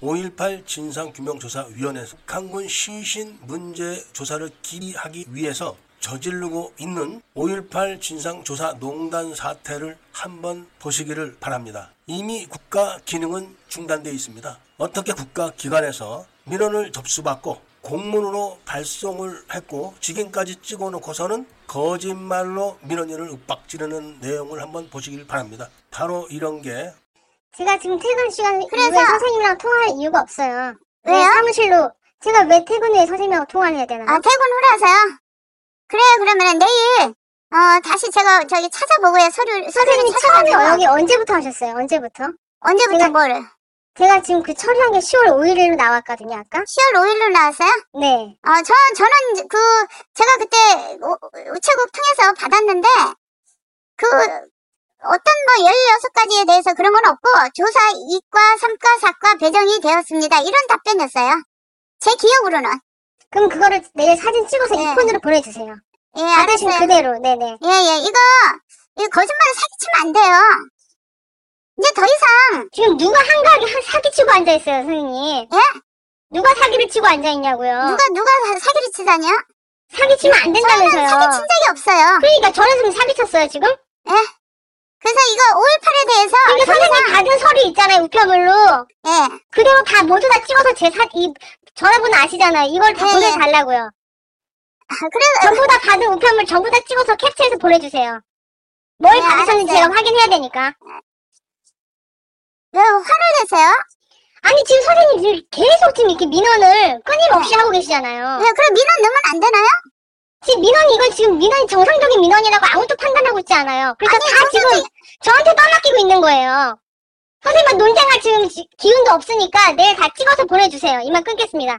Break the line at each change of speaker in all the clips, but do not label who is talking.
5.18 진상규명조사위원회 북한군 시신 문제 조사를 기리하기 위해서 저지르고 있는 5.18 진상조사 농단 사태를 한번 보시기를 바랍니다. 이미 국가 기능은 중단되어 있습니다. 어떻게 국가 기관에서 민원을 접수받고 공문으로 발송을 했고 지금까지 찍어놓고서는 거짓말로 민원인을 윽박지르는 내용을 한번 보시길 바랍니다. 바로 이런 게
제가 지금 퇴근 시간
그래서-
이후에 선생님이랑 통화할 이유가 없어요. 왜
왜요?
사무실로 제가 왜 퇴근 후에 선생님하고 통화를 해야 되나?
아, 퇴근 후라서요? 그래요, 그러면 내일, 어, 다시 제가 저기 찾아보고요. 서류, 서류를
선생님 처음에
찾아가지고.
여기 언제부터 하셨어요? 언제부터?
언제부터
제가-
뭐를?
제가 지금 그 처리한 게 10월 5일로 나왔거든요, 아까.
10월 5일로 나왔어요?
네.
어, 저, 저는 이제 그, 제가 그때 우- 우체국 통해서 받았는데, 그, 어떤 뭐 16가지에 대해서 그런 건 없고, 조사 2과, 3과, 4과 배정이 되었습니다. 이런 답변이었어요. 제 기억으로는.
그럼 그거를 내일 사진 찍어서
네.
이폰으로 보내주세요.
예,
받으신
알았어요.
그대로, 네네.
예, 예, 이거, 이거 거짓말을 사기치면 안 돼요. 이제 더 이상,
지금 누가 한가하게 하- 사기치고 앉아있어요, 선생님.
예?
누가 사기를 치고 앉아있냐고요.
누가, 누가 사- 사기를 치다니요?
사기치면 안 된다면서요.
사기친 아, 적이 없어요.
그러니까 저는 지금 사기쳤어요, 지금?
그래서 이거 5.18에 대해서,
그러니까
더
선생님
이상-
받은 서류 있잖아요, 우편물로.
예.
그대로 다 모두 다 찍어서 제 사, 이 전화번호 아시잖아요. 이걸 다
예, 예.
보내달라고요.
아, 그래서,
전부 다 받은 우편물 전부 다 찍어서 캡처해서 보내주세요. 뭘
네,
받으셨는지
알았어요.
제가 확인해야 되니까.
왜 화를 내세요?
아니 지금 선생님 지금 계속 지금 이렇게 민원을 끊임없이 하고 계시잖아요.
예, 그럼 민원 넣으면 안 되나요?
지금 민원이 이건 지금 민원이 정상적인 민원이라고 아무도 판단하고 있지 않아요. 그러니까
아니,
다 지금 저한테 떠맡기고 있는 거예요. 선생님은 뭐 논쟁할 지금 지- 기운도 없으니까 내일 다 찍어서 보내주세요. 이만 끊겠습니다.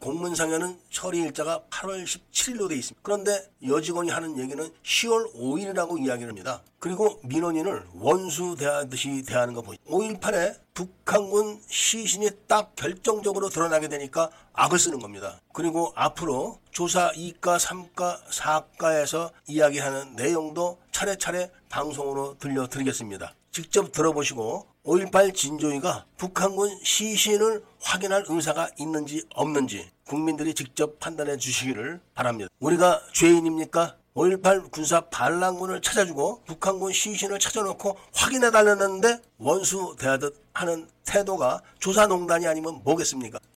공문상에는 처리 일자가 8월 17일로 돼 있습니다. 그런데 여직원이 하는 얘기는 10월 5일이라고 이야기를 합니다. 그리고 민원인을 원수 대하듯이 대하는 거 보이죠. 5.18에 북한군 시신이 딱 결정적으로 드러나게 되니까 악을 쓰는 겁니다. 그리고 앞으로 조사 2과, 3과, 4과에서 이야기하는 내용도 차례차례 방송으로 들려드리겠습니다. 직접 들어보시고 5.18 진조위가 북한군 시신을 확인할 의사가 있는지 없는지 국민들이 직접 판단해 주시기를 바랍니다. 우리가 죄인입니까? 5.18 군사 반란군을 찾아주고 북한군 시신을 찾아놓고 확인해 달라는데 원수 대하듯 하는 태도가 조사농단이 아니면 뭐겠습니까?